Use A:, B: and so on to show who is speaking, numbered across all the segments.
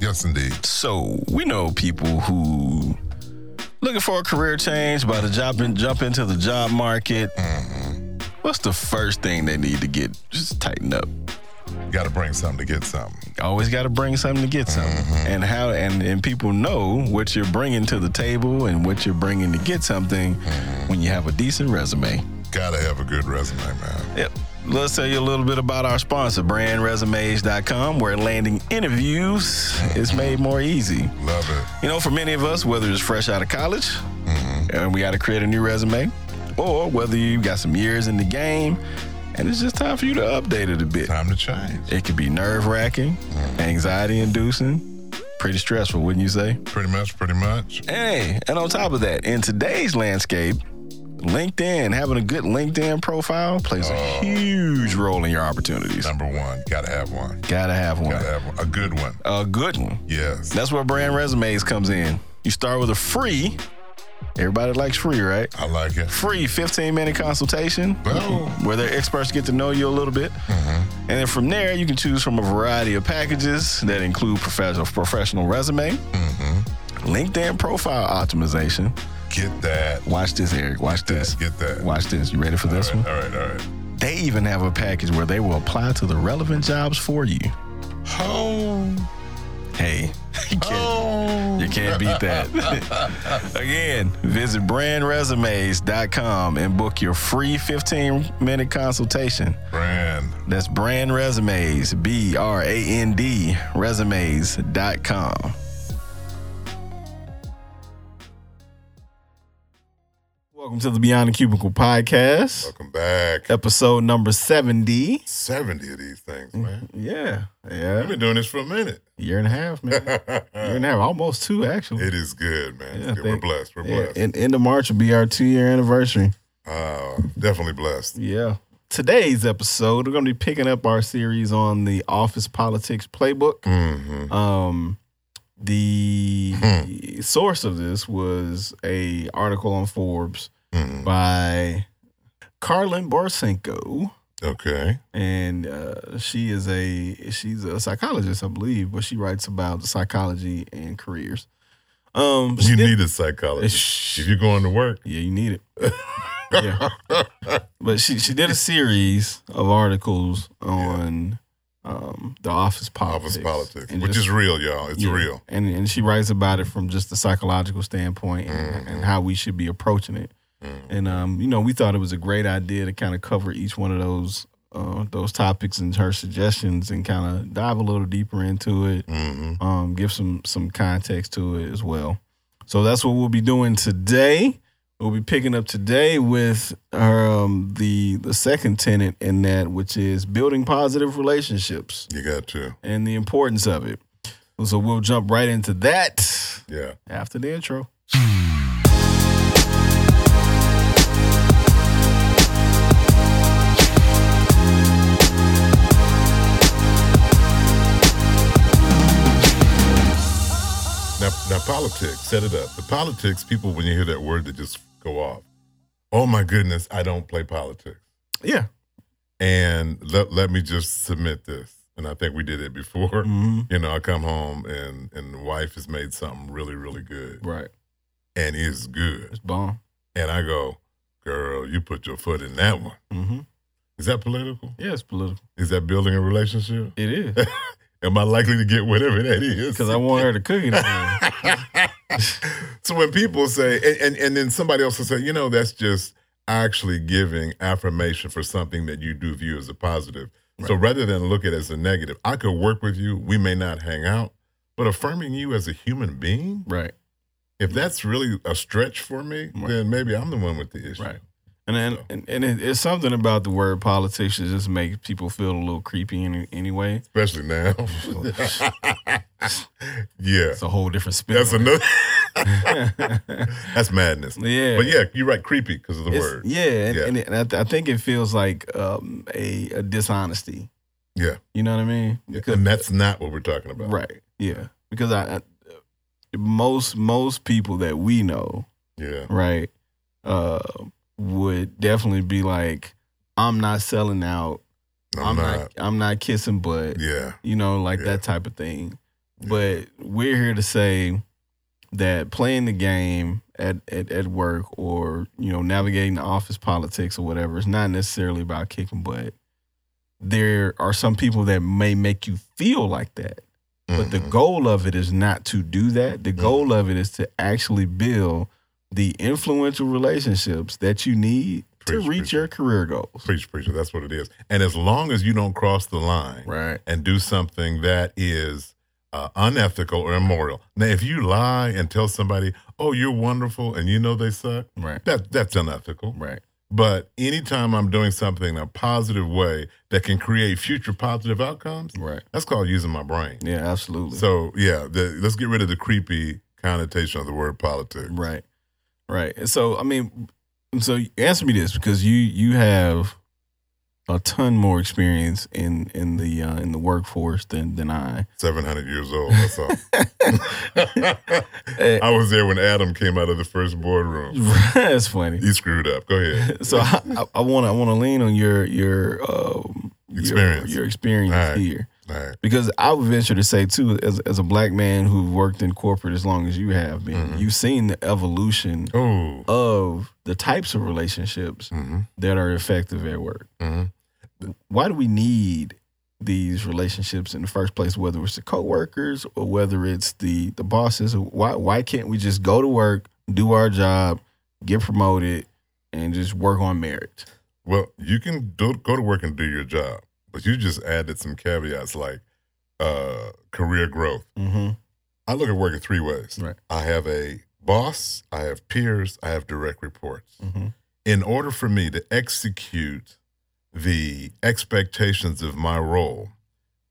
A: Yes, indeed.
B: So we know people who looking for a career change, about to jump in, jump into the job market. What's the first thing they need to get? Just tighten up.
A: You got to bring something to get something.
B: Always got to bring something to get something, and how and and people know what you're bringing to the table and what you're bringing to get something when you have a decent resume.
A: Got to have a good resume, man.
B: Yep. Let's tell you a little bit about our sponsor, brandresumes.com, where landing interviews is made more easy.
A: Love it.
B: You know, for many of us, whether it's fresh out of college
A: Mm-hmm.
B: and we got to create a new resume, or whether you got some years in the game and it's just time for you to update it a bit.
A: Time to change.
B: It could be nerve wracking,
A: Mm-hmm.
B: anxiety inducing, pretty stressful, wouldn't you say?
A: Pretty much, pretty much.
B: Hey, and on top of that, in today's landscape, LinkedIn, having a good LinkedIn profile plays a huge role in your opportunities.
A: Number one, Oh. got to have one.
B: Gotta have one.
A: Got to have one. A good one.
B: A good one.
A: Yes.
B: That's where brand resumes comes in. You start with a free. Everybody likes free, right?
A: I like it.
B: Free 15 minute consultation
A: Boom.
B: where their experts get to know you a little bit.
A: Mm-hmm.
B: And then from there, you can choose from a variety of packages that include professional professional resume,
A: Mm-hmm.
B: LinkedIn profile optimization.
A: Get that.
B: Watch this, Eric. Watch this.
A: Get that.
B: Watch this. You ready for this
A: All
B: one?
A: right, all right.
B: They even have a package where they will apply to the relevant jobs for you.
A: Oh,
B: Hey, you can't-
A: oh.
B: You can't beat that. Again, visit brandresumes.com and book your free 15 minute consultation.
A: Brand.
B: That's brand resumes, B R A N D, resumes.com. Welcome to the Beyond the Cubicle podcast,
A: Welcome back.
B: episode number 70.
A: 70 of these things,
B: Mm-hmm.
A: man.
B: Yeah,
A: I've
B: yeah.
A: been doing this for a minute.
B: Year and a half, man. Year
A: it
B: and a half, almost two, actually.
A: is good, man. It's
B: Yeah,
A: good. We're
B: thank-
A: blessed. We're
B: Yeah,
A: blessed.
B: and end of March will be our two year anniversary.
A: Uh, definitely blessed.
B: Yeah. Today's episode, we're going to be picking up our series on the office politics playbook.
A: Mm-hmm.
B: Um, the
A: Hmm.
B: source of this was a article on Forbes
A: mm
B: by Carlin Borsenko,
A: Okay.
B: and uh, she is a she's a psychologist, I believe, but she writes about psychology and careers. Um, she
A: You
B: did-
A: need a psychologist. If
B: Shh.
A: you're going to work,
B: yeah, you need it. Yeah. But she she did a series of articles on um, the office politics,
A: office politics,
B: and
A: which
B: just-
A: is real, y'all. It's
B: yeah.
A: real.
B: and and she writes about it from just the psychological standpoint and,
A: Mhm.
B: and how we should be approaching it.
A: Mm.
B: And um, you know, we thought it was a great idea to kind of cover each one of those uh, those topics and her suggestions, and kind of dive a little deeper into it
A: Mm-hmm.
B: um, give some some context to it as well. So that's what we'll be doing today. We'll be picking up today with um, the the second tenant in that, which is building positive relationships
A: You got to.
B: and the importance of it. So we'll jump right into that
A: Yeah.
B: after the intro.
A: Now, now politics, set it up. The politics people, when you hear that word, they just go off. Oh my goodness, I don't play politics.
B: Yeah.
A: And let, let me just submit this. And I think we did it before.
B: hmm
A: You know, I come home and and the wife has made something really, really good.
B: Right.
A: And it's good.
B: It's bomb.
A: And I go, girl, you put your foot in that one.
B: Mm-hmm.
A: Is that political?
B: Yeah, it's political.
A: Is that building a relationship?
B: It is
A: Am I likely to get whatever that is?
B: because I want her to cook it. again.
A: so when people say, and, and, and then somebody else will say, you know, that's just actually giving affirmation for something that you do view as a positive. So rather than look at it as a negative, I could work with you. We may not hang out, but affirming you as a human being,
B: right.
A: if that's really a stretch for me,
B: Right.
A: then maybe I'm the one with the issue.
B: Right. And and, and, and it, it's something about the word politics that just makes people feel a little creepy in, anyway.
A: Especially now. yeah.
B: It's a whole different spin.
A: That's another,
B: yeah.
A: that's madness. But yeah, you're right. Creepy because of the
B: It's-
A: word.
B: Yeah, and,
A: Yeah.
B: and it- and I, th- I think it feels like um, a, a dishonesty.
A: Yeah.
B: You know what I mean?
A: And that's not what we're talking about.
B: right. Yeah. Because I, I most most people that we know,
A: Yeah.
B: right, uh, would definitely be like, I'm not selling out.
A: I'm, not.
B: I'm not kissing butt.
A: Yeah.
B: you know, like
A: Yeah.
B: that type of thing. But we're here to say that playing the game at, at, at work or, you know, navigating the office politics or whatever is not necessarily about kicking butt. There are some people that may make you feel like that. But the
A: Mhm.
B: goal of it is not to do that. The goal of it is to actually build the influential relationships that you need
A: Preach,
B: to reach
A: preach.
B: your career goals.
A: preach, preacher, that's what it is. And as long as you don't cross the line
B: Right.
A: and do something that is uh, unethical or immoral. Now, if you lie and tell somebody, "Oh, you're wonderful," and you know they suck,
B: Right.
A: that that's unethical.
B: Right.
A: But
B: but
A: anytime I'm doing something in a positive way that can create future positive outcomes,
B: Right.
A: that's called using my brain.
B: Yeah, absolutely.
A: So yeah, the, let's get rid of the creepy connotation of the word politics.
B: right. Right. And so I mean so answer me this because you you have a ton more experience in in the uh, in the workforce than than I.
A: Seven hundred years old. That's all.
B: Eh,
A: I was there when Adam came out of the first boardroom.
B: that's funny.
A: He screwed up. Go ahead.
B: so I want to I want to lean on your your um, your-
A: Experience.
B: your, experience
A: All right.
B: here
A: All right.
B: because I would venture to say too, as as a black man who worked in corporate as long as you have been,
A: Mhm.
B: you've seen the evolution
A: Oh.
B: of the types of relationships
A: hmm
B: that are effective at work.
A: hmm
B: Why do we need these relationships in the first place? Whether it's the coworkers or whether it's the the bosses, why why can't we just go to work, do our job, get promoted, and just work on merit?
A: Well, you can do, go to work and do your job, but you just added some caveats like uh, career growth.
B: Mm-hmm.
A: I look at work in three ways.
B: Right.
A: I have a boss, I have peers, I have direct reports.
B: Mm-hmm.
A: In order for me to execute the expectations of my role,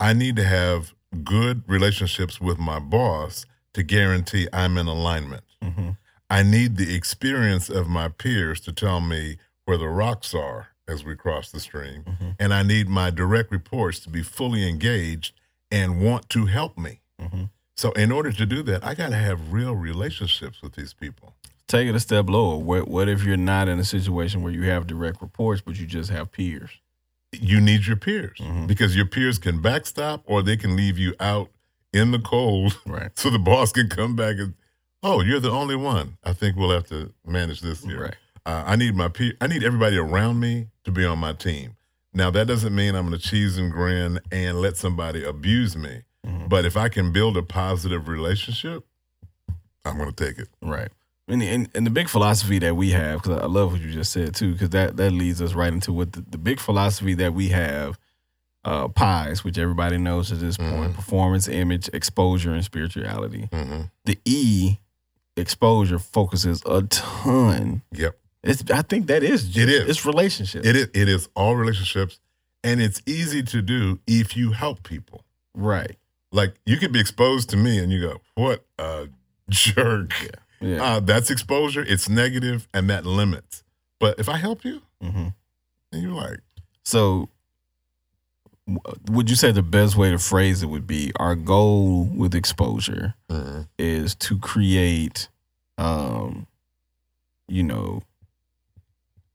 A: I need to have good relationships with my boss to guarantee I'm in alignment.
B: Mm-hmm.
A: I need the experience of my peers to tell me where the rocks are as we cross the stream.
B: Mhm.
A: And I need my direct reports to be fully engaged and want to help me.
B: Mhm.
A: So, in order to do that, I got to have real relationships with these people.
B: Take it a step lower. What what if you're not in a situation where you have direct reports, but you just have peers?
A: You need your peers
B: Mhm.
A: because your peers can backstop or they can leave you out in the cold
B: Right.
A: so the boss can come back and, oh, you're the only one. I think we'll have to manage this year.
B: Right.
A: Uh, I need my pe- I need everybody around me to be on my team. Now that doesn't mean I'm going to cheese and grin and let somebody abuse me.
B: Mhm.
A: But if I can build a positive relationship, I'm going to take it.
B: Right. And, and, and the big philosophy that we have, because I love what you just said too, because that, that leads us right into what the, the big philosophy that we have uh, pies, which everybody knows at this point
A: Mhm.
B: performance, image, exposure, and spirituality.
A: Mm-hmm.
B: The E, exposure, focuses a ton.
A: Yep.
B: It's, I think that is just,
A: is.
B: It's relationships.
A: It is it is all relationships, and it's easy to do if you help people.
B: Right.
A: Like you could be exposed to me, and you go, "What a jerk!"
B: Yeah.
A: Uh, that's exposure. It's negative, and that limits. But if I help you,
B: hmm
A: and you're like,
B: So, w- would you say the best way to phrase it would be our goal with exposure
A: mm,
B: is to create, um, you know,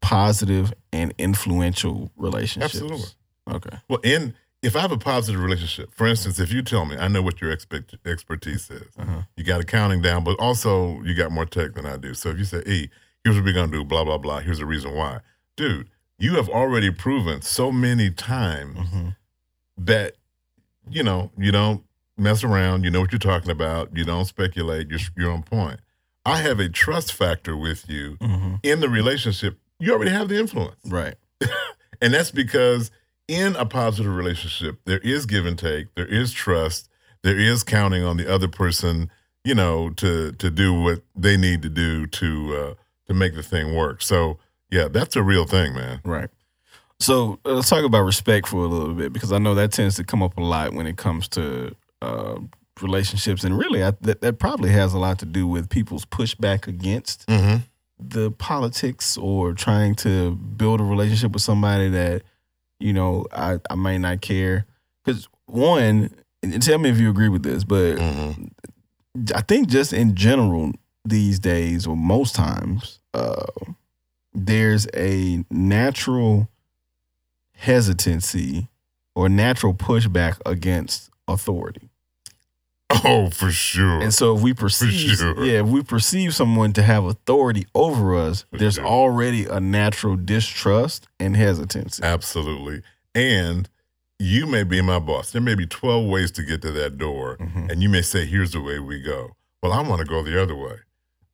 B: positive and influential relationships?
A: Absolutely.
B: Okay.
A: Well, in if I have a positive relationship, for instance, if you tell me, I know what your expect, expertise is.
B: Uh-huh.
A: You got accounting down, but also you got more tech than I do. So if you say, "E, here's what we're gonna do," blah blah blah. Here's the reason why, dude. You have already proven so many times
B: Mhm.
A: that you know you don't mess around. You know what you're talking about. You don't speculate. You're you're on point. I have a trust factor with you
B: Mhm.
A: in the relationship. You already have the influence.
B: Right.
A: And that's because in a positive relationship, there is give and take, there is trust, there is counting on the other person, you know, to to do what they need to do to uh, to make the thing work. So yeah, that's a real thing, man.
B: Right. So uh, let's talk about respect for a little bit because I know that tends to come up a lot when it comes to uh, relationships, and really I, that that probably has a lot to do with people's pushback against
A: Mm-hmm.
B: the politics or trying to build a relationship with somebody that you know I I may not care because one, and tell me if you agree with this, but
A: Mm-hmm.
B: I think just in general these days or most times, uh, there's a natural hesitancy or natural pushback against authority.
A: Oh, for sure.
B: And so if we perceive,
A: sure.
B: yeah, if we perceive someone to have authority over us,
A: For
B: there's
A: sure.
B: already a natural distrust and hesitancy.
A: Absolutely. And you may be my boss. There may be 12 ways to get to that door,
B: Mhm.
A: and you may say, here's the way we go. Well, I want to go the other way.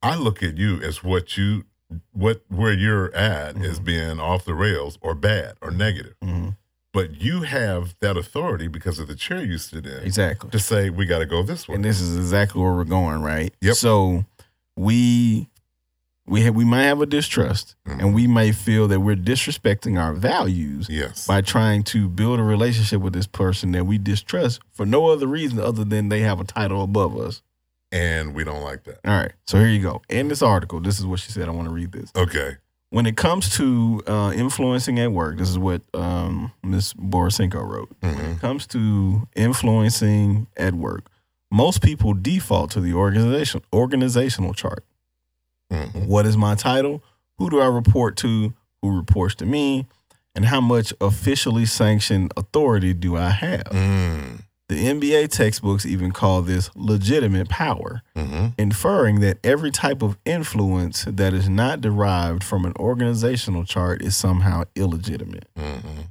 A: I look at you as what you what where you're at as
B: Mm-hmm.
A: being off the rails or bad or negative.
B: Mhm.
A: But you have that authority because of the chair you sit in
B: Exactly.
A: to say we gotta go this way.
B: And this is exactly where we're going, right?
A: Yep.
B: So we we ha- we might have a distrust,
A: Mhm.
B: and we may feel that we're disrespecting our values
A: yes.
B: by trying to build a relationship with this person that we distrust for no other reason other than they have a title above us.
A: And we don't like that.
B: All right. So here you go. In this article, this is what she said. I want to read this.
A: Okay.
B: When it comes to uh, influencing at work, this is what um, Ms. Borisenko wrote. When
A: Mhm.
B: it comes to influencing at work, most people default to the organization organizational chart.
A: Mhm.
B: What is my title? Who do I report to? Who reports to me? And how much officially sanctioned authority do I have?
A: Mm.
B: The NBA textbooks even call this legitimate power
A: Mhm.
B: inferring that every type of influence that is not derived from an organizational chart is somehow illegitimate.
A: Mhm.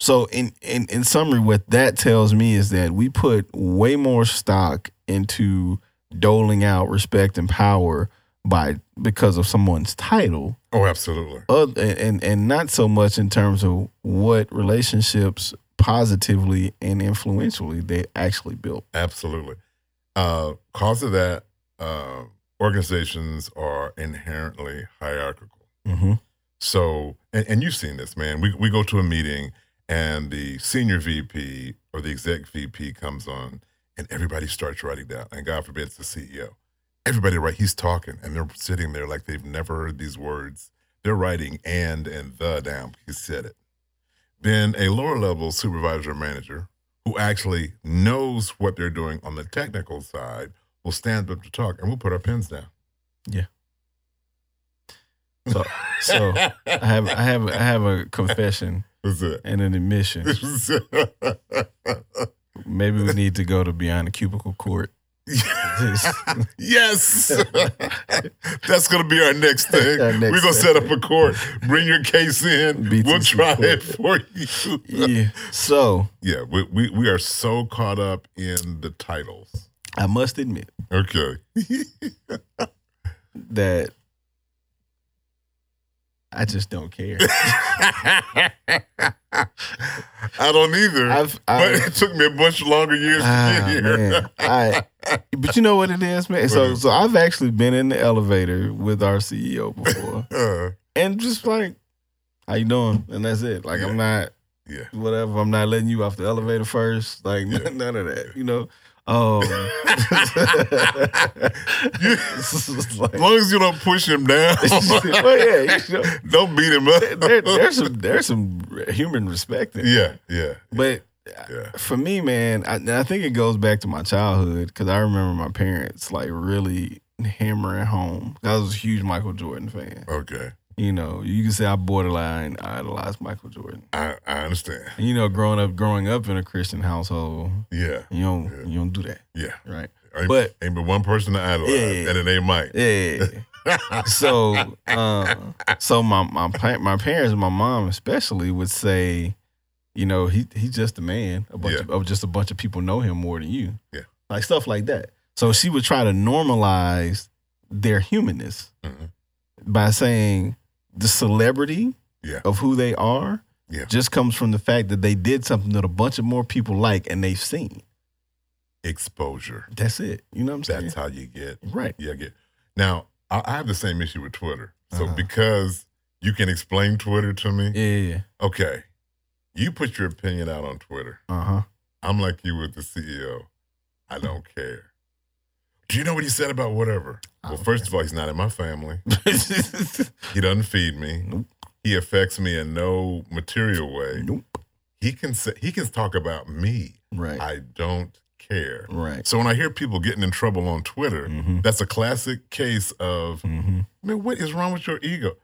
B: So, in, in, in summary, what that tells me is that we put way more stock into doling out respect and power by because of someone's title
A: Oh, absolutely.
B: oth- and, and and not so much in terms of what relationships positively and influentially they actually built
A: Absolutely. Uh, cause of that, uh, organizations are inherently hierarchical.
B: mm-hmm.
A: So, and, and you've seen this, man. We, we go to a meeting and the senior VP or the exec VP comes on and everybody starts writing down. And God forbid it's the CEO. Everybody, right? He's talking and they're sitting there like they've never heard these words. They're writing and and the down. He said it. Then a lower level supervisor or manager who actually knows what they're doing on the technical side will stand up to talk and we'll put our pens down.
B: Yeah. So- so, I have I have I have a confession
A: That's it.
B: and an admission. Maybe we need to go to beyond the cubicle court.
A: yes. That's going to be our next thing.
B: Our next
A: We're going to set up
B: thing.
A: a court. Bring your case in.
B: BTC
A: we'll try
B: court.
A: it for you. Yeah,
B: Yeah. So
A: we, we, we are so caught up in the titles.
B: I must admit
A: Okay.
B: that I just don't care.
A: I don't either.
B: I've
A: but
B: I,
A: it took me a bunch longer years to
B: ah,
A: get here.
B: man, I but you know what it is, man. So
A: is
B: so I've actually been in the elevator with our CEO before,
A: Uh,
B: and just like, how you doing? And that's it. Like I'm not
A: yeah.
B: whatever. I'm not letting you off the elevator first. Like
A: Yeah.
B: none of that. You know. Um, It's just like-
A: As long as you don't push him down,
B: well, yeah, you know,
A: don't beat him up.
B: there, there's some there's some human respect, in it.
A: yeah, yeah,
B: but
A: yeah.
B: for me, man, I, and I think it goes back to my childhood because I remember my parents like really hammering home. I was a huge Michael Jordan fan.
A: Okay,
B: You know, you can say I borderline idolized Michael Jordan.
A: I I understand.
B: And, you know, growing up growing up in a Christian household,
A: Yeah,
B: you don't
A: Yeah.
B: you don't do that,
A: yeah.
B: right?
A: Ain't,
B: But-
A: ain't but one person to idolize,
B: Yeah, yeah, yeah.
A: and it ain't Mike.
B: Yeah. so uh, so my my pa- my parents and my mom especially would say, you know, he he's just a man. A bunch
A: Yeah.
B: of, of just a bunch of people know him more than you.
A: Yeah.
B: like stuff like that. So she would try to normalize their humanness
A: Mhm.
B: by saying the celebrity
A: Yeah.
B: of who they are
A: Yeah.
B: just comes from the fact that they did something that a bunch of more people like and they've seen.
A: Exposure.
B: That's it. You know what I'm saying?
A: That's how you get.
B: right.
A: Yeah, get. Now I, I have the same issue with Twitter. So
B: Uh-huh.
A: because you can explain Twitter to me,
B: Yeah. yeah, yeah.
A: okay, you put your opinion out on Twitter.
B: Uh huh.
A: I'm like you with the CEO. I don't care. Do you know what he said about whatever?
B: I
A: Well,
B: don't
A: first of all, he's not in my family.
B: nope.
A: He doesn't feed me. He affects me in no material way.
B: Nope.
A: He can say, he can talk about me.
B: Right.
A: I don't care.
B: right.
A: So when I hear people getting in trouble on Twitter,
B: Mm-hmm.
A: that's a classic case of,
B: Mm-hmm.
A: man, what is wrong with your ego?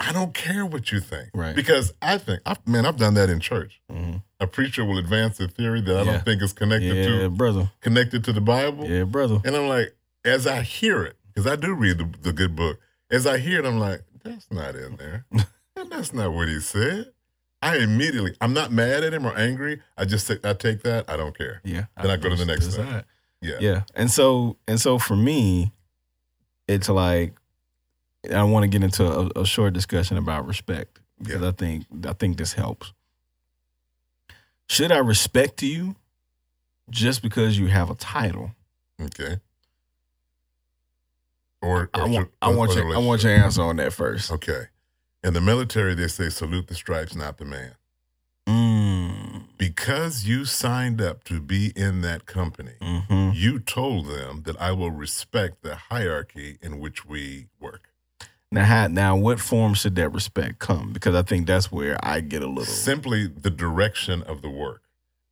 A: I don't care what you think.
B: Right.
A: Because I think, I, man, I've done that in church.
B: Mhm.
A: A preacher will advance a theory that I
B: Yeah.
A: don't think is connected
B: Yeah,
A: to
B: brother.
A: connected to the Bible.
B: Yeah, brother.
A: And I'm like, as I hear it, because I do read the, the good book, as I hear it, I'm like, that's not in there. And that's not what he said. I immediately, I'm not mad at him or angry. I just say, I take that. I don't care.
B: Yeah.
A: Then I go to the next
B: That's
A: thing.
B: right.
A: Yeah.
B: Yeah. And so and so for me, it's like I want to get into a, a short discussion about respect because I think I think this helps. Should I respect you just because you have a title?
A: Okay. Or,
B: I
A: or
B: want
A: should-
B: I want
A: or the
B: your I want
A: relationship.
B: your answer on that first.
A: Okay. In the military, they say salute the stripes, not the man. Mm-hmm.
B: Mm.
A: Because you signed up to be in that company,
B: hmm
A: you told them that I will respect the hierarchy in which we work.
B: Now, how, now, what form should that respect come? Because I think that's where I get a little.
A: Simply the direction of the work.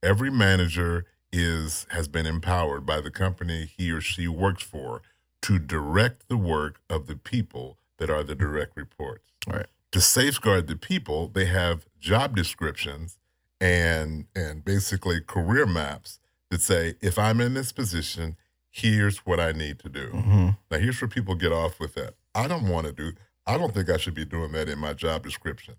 A: Every manager is has been empowered by the company he or she works for to direct the work of the people that are the direct reports.
B: Right.
A: To safeguard the people, they have job descriptions and and basically career maps that say if I'm in this position, here's what I need to do.
B: hmm
A: Now, here's where people get off with that. I don't want to do. I don't think I should be doing that in my job description.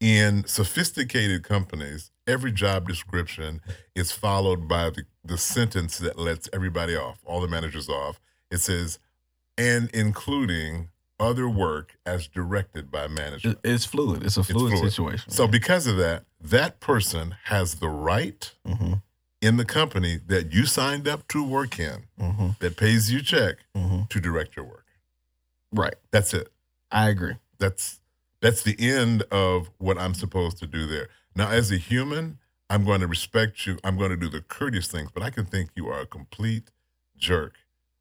A: In sophisticated companies, every job description is followed by the, the sentence that lets everybody off, all the managers off. It says, and including other work as directed by management.
B: It's fluid. It's a fluid,
A: fluid.
B: situation.
A: So, because of that, that person has the right
B: hmm
A: in the company that you signed up to work in,
B: hmm
A: that pays you check,
B: hmm
A: to direct your work.
B: Right.
A: That's it.
B: I agree.
A: that's that's the end of what I'm supposed to do there. Now, as a human, I'm going to respect you. I'm going to do the courteous things, but I can think you are a complete jerk.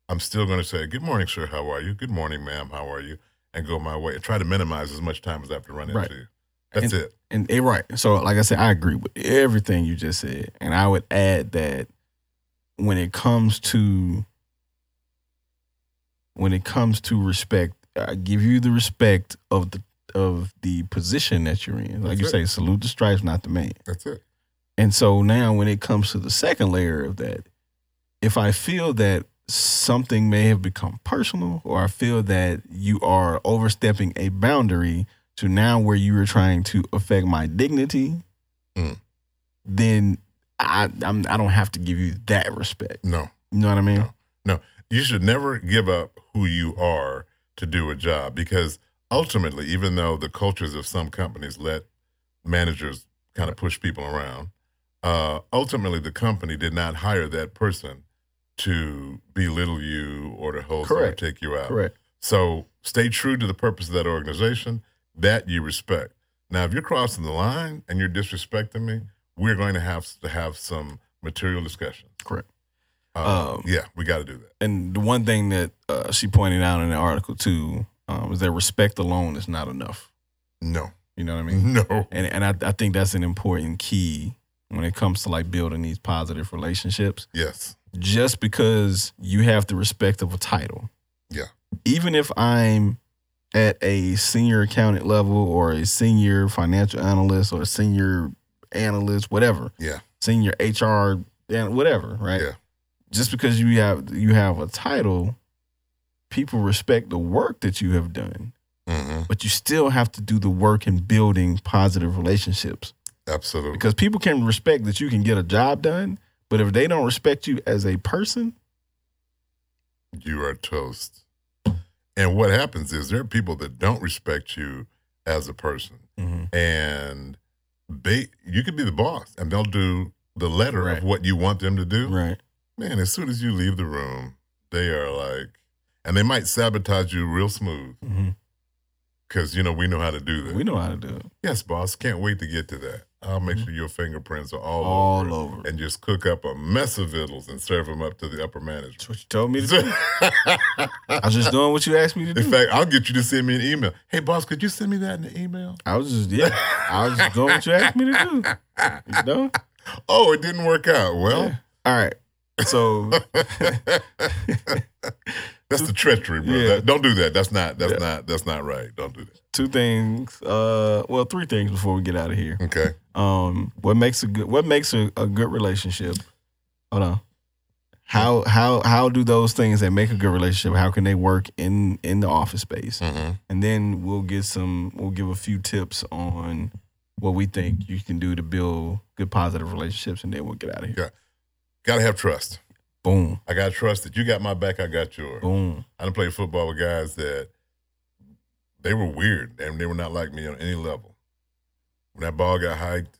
A: I'm still going to say, "Good morning, sir. How are you? Good morning, ma'am. How are you?" and go my way and try to minimize as much time as I have to run
B: Right.
A: into you. That's it.
B: And eh, right. So, like I said, I agree with everything you just said, and I would add that when it comes to when it comes to respect, I give you the respect of the of the position that you're in. Like
A: That's
B: you
A: it.
B: say, salute the stripes, not the man.
A: That's it.
B: And so now, when it comes to the second layer of that, if I feel that something may have become personal, or I feel that you are overstepping a boundary to now where you are trying to affect my dignity,
A: Mm.
B: then I I'm, I don't have to give you that respect.
A: No,
B: You know what I mean?
A: No. you should never give up who you are to do a job because ultimately, even though the cultures of some companies let managers kind of push people around, uh, ultimately the company did not hire that person to belittle you or to hold or
B: Correct.
A: take you out.
B: Correct.
A: So stay true to the purpose of that organization that you respect. Now, if you're crossing the line and you're disrespecting me, we're going to have to have some material discussion.
B: Correct.
A: Uh,
B: Um,
A: yeah, we got to do that.
B: And the one thing that uh, she pointed out in the article too um, is that respect alone is not enough.
A: No,
B: You know what I mean?
A: no.
B: and and I, I think that's an important key when it comes to like building these positive relationships.
A: Yes.
B: Just because you have the respect of a title,
A: Yeah.
B: Even if I'm at a senior accountant level or a senior financial analyst or a senior analyst, whatever,
A: Yeah.
B: senior HR, and whatever, right?
A: Yeah.
B: Just because you have you have a title, people respect the work that you have done,
A: hmm
B: but you still have to do the work in building positive relationships
A: Absolutely.
B: because people can respect that you can get a job done, but if they don't respect you as a person,
A: you are toast. And what happens is there are people that don't respect you as a person, Mm-hmm. and they you could be the boss, and they'll do the letter
B: Right.
A: of what you want them to do.
B: right,
A: Man, as soon as you leave the room, they are like, and they might sabotage you real smooth because you know we know how to do that.
B: we know how to do it
A: yes, boss, can't wait to get to that. I'll make sure your fingerprints are all,
B: Mm-hmm. all
A: over, it,
B: over.
A: and just cook up a mess of vittles and serve them up to the upper management.
B: That's what you told me to do. I
A: in
B: was just doing what you asked me to do.
A: fact, I'll get you to send me an email. Hey, boss, could you send me that in the email?
B: I was just yeah, I was just doing what you asked me to do. You know?
A: Oh, it didn't work out.
B: Yeah. All right, so
A: Well, That's the treachery, bro.
B: Yeah.
A: That- don't do that. That's not. That's
B: Yeah.
A: not. That's not right. Don't do that.
B: Two things, uh, well, three things before we get out of here.
A: Okay.
B: Um, what makes a good what makes a, a good relationship? Hold on. How how how do those things that make a good relationship? How can they work in in the office space?
A: Mm-hmm.
B: And then we'll get some. We'll give a few tips on what we think you can do to build good positive relationships, and then we'll get out of here.
A: Yeah. Gotta have trust.
B: Boom,
A: I got trust that you got my back. I got yours.
B: boom.
A: I done played football with guys that they were weird and they were not like me on any level. When that ball got hiked,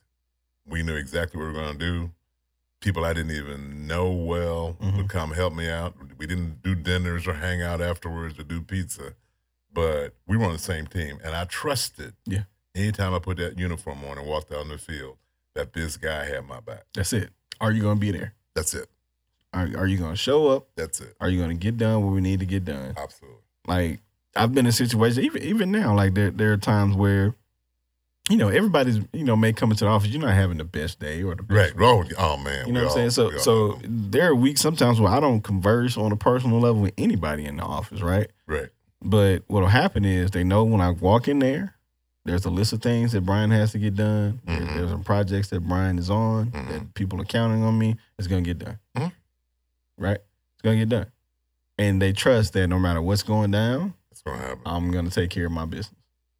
A: we knew exactly what we were gonna do. People I didn't even know well
B: Mhm.
A: would come help me out. We didn't do dinners or hang out afterwards or do pizza, but we were on the same team, and I trusted.
B: Yeah.
A: Anytime I put that uniform on and walked out on the field, that this guy had my back.
B: That's it. Are you gonna be there?
A: That's it.
B: Are, are you gonna show up?
A: That's it.
B: Are you gonna get done what we need to get done?
A: Absolutely.
B: like I've been in situations even even now like there there are times where you know everybody's you know may come into the office you're not having the best day or the
A: Right.
B: best
A: Oh, oh man.
B: you know
A: we
B: what I'm
A: all-
B: saying so
A: we all-
B: so there are weeks sometimes where I don't converse on a personal level with anybody in the office right
A: right.
B: but what'll happen is they know when I walk in there there's a list of things that Brian has to get done There-
A: Mhm.
B: there's some projects that Brian is on
A: Mm-hmm.
B: that people are counting on me it's gonna get done
A: Mhm.
B: right it's gonna get done and they trust that no matter what's going down
A: That's gonna happen.
B: I'm gonna take care of my business.